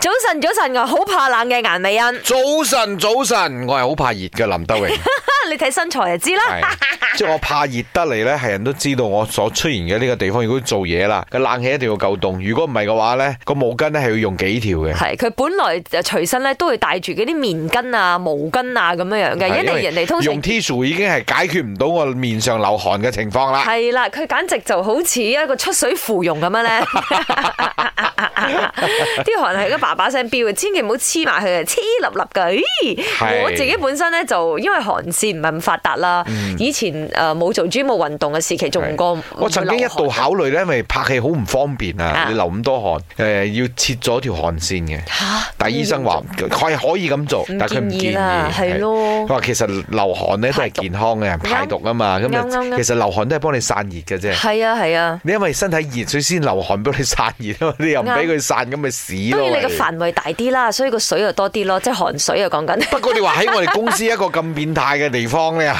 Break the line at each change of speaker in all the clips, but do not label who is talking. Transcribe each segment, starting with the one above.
早晨，早晨，我好怕冷嘅顏美欣，
早晨，早晨，我係好怕熱嘅林德榮，
你睇身材就知啦。
係即係我怕熱得嚟呢，係人都知道我所出現嘅呢個地方，如果做嘢啦，個冷氣一定要夠凍，如果唔係嘅話呢，個毛巾呢係要用幾條 嘅。
係佢本來就隨身咧都會帶住嗰啲棉巾啊、毛巾啊咁樣樣嘅，
係
因為人哋通常
用 Tissue 已經係解決唔到我面上流汗嘅情況 啦。
係啦，佢簡直就好似一個出水芙蓉咁樣 咧，啲汗係一爸爸聲飆嘅，千祈唔好黐埋佢，啊黐立立嘅。咦
係
我自己本身咧就因為汗腺唔係咁發達啦，以前誒冇做 gym 冇運動嘅時期， 仲唔過
嗯我曾經一
唔會
度
流汗
考慮呢，因為拍戲好唔方便
啊
啊，你流咁多汗，誒要切咗條汗線嘅。
嚇
但係醫生話佢係可以咁做，
嗯唔
但係佢唔
建
建
議啦
議。
係咯
佢話其實流汗咧都係健康嘅，排毒啊嘛。咁
啱啱啱
啊，其實流汗都係幫你散熱嘅 啫。
係啊係啊。
你因為身體熱，所以先流汗幫你散熱啊嘛。你又唔俾佢散，咁咪屎
當
咯。
然你個
喂
範圍大啲啦，所以個水又多啲咯，即係汗水啊講 緊。
不過你話喺我哋公司一個咁變態嘅地方 咧，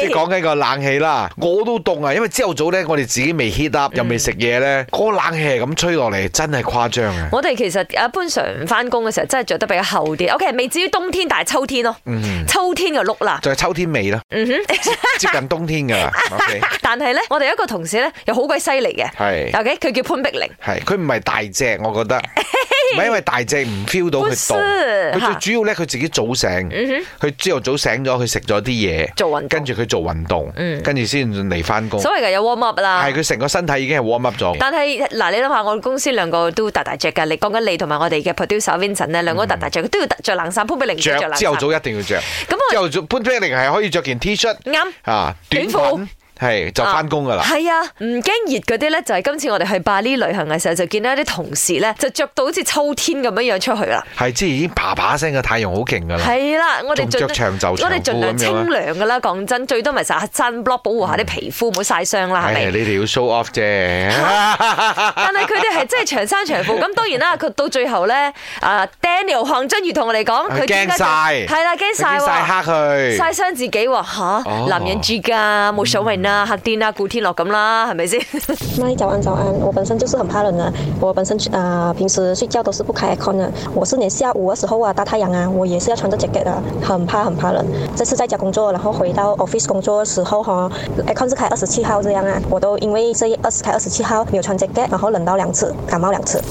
即係講緊個冷氣啦，我都凍啊！因為朝頭早咧，我哋自己未 heat up，又未
嗯
食嘢咧，嗰個冷氣係咁吹落嚟，真係誇 張啊！
我哋其實一般常翻工嘅時候，真係着得比較厚啲。OK，未至於冬天，但係秋天咯，
嗯
秋天嘅 look 啦。
就係秋天尾啦，
嗯
接近冬天㗎啦。OK，
但係咧，我哋有一個同事咧，又好鬼犀利嘅。
係。
OK，佢叫潘碧玲。
係，佢唔係大隻，我 覺得唔係因為大隻唔 feel 到佢
不是嗯
凍，佢最主要咧佢自己早醒，佢朝頭早醒咗，佢食咗啲嘢，
做運動嗯
跟住佢做運動，跟住先嚟翻工，
所謂嘅有 warm up 啦
係。佢成個身體已經係 warm up 咗。
但係嗱，你諗下，我哋公司兩個都大大隻㗎。你講緊你同埋我哋嘅 producer Vincent 咧，兩個都大大隻，佢都要着冷衫。潘碧玲唔使
嗯着
着冷衫
朝。頭早一定要着，
咁我
朝頭早潘 p l a n 係可以着件 T 恤
啱
啊
短
短
褲
褲，係就翻工噶啦。
係啊，唔驚熱嗰啲咧，就係今次我哋去巴黎旅行嘅時候，就見到一啲同事咧，就着到好似秋天咁樣樣出去啦。
係即係已經啪啪聲嘅太陽好勁噶啦，
係啦，我哋
仲
盡
着長袖
我
長
哋盡量
褲咁樣
清
啊。嗯
涼噶啦。講真，最多咪成日sun block 保護下啲皮膚，唔好曬傷啦，係
唉，
咪？
你哋要 show off 啫。
但係佢哋係真係長衫長褲，咁當然啦，佢到最後咧，啊 Daniel 黃俊如同我哋講，佢
佢驚晒
係啦，驚晒
佢
喎。
曬黑佢
曬傷自己喎吓
哦嗯
男人住㗎，冇所謂啦，黑啲啦，顧天樂咁啦，係咪先？
麦早安早安，我本身就是很怕冷的，我本身啊、呃平时睡觉都是不开 aircon 的，我是连下午的时候啊大太阳啊，我也是要穿着 jacket 的，很怕很怕冷。这次在家工作，然后回到 office 工作的时候哈、aircon 是开二十七号这样啊，我都因为这二十开二十七号没有穿 jacket，然后冷到两次，感冒两次。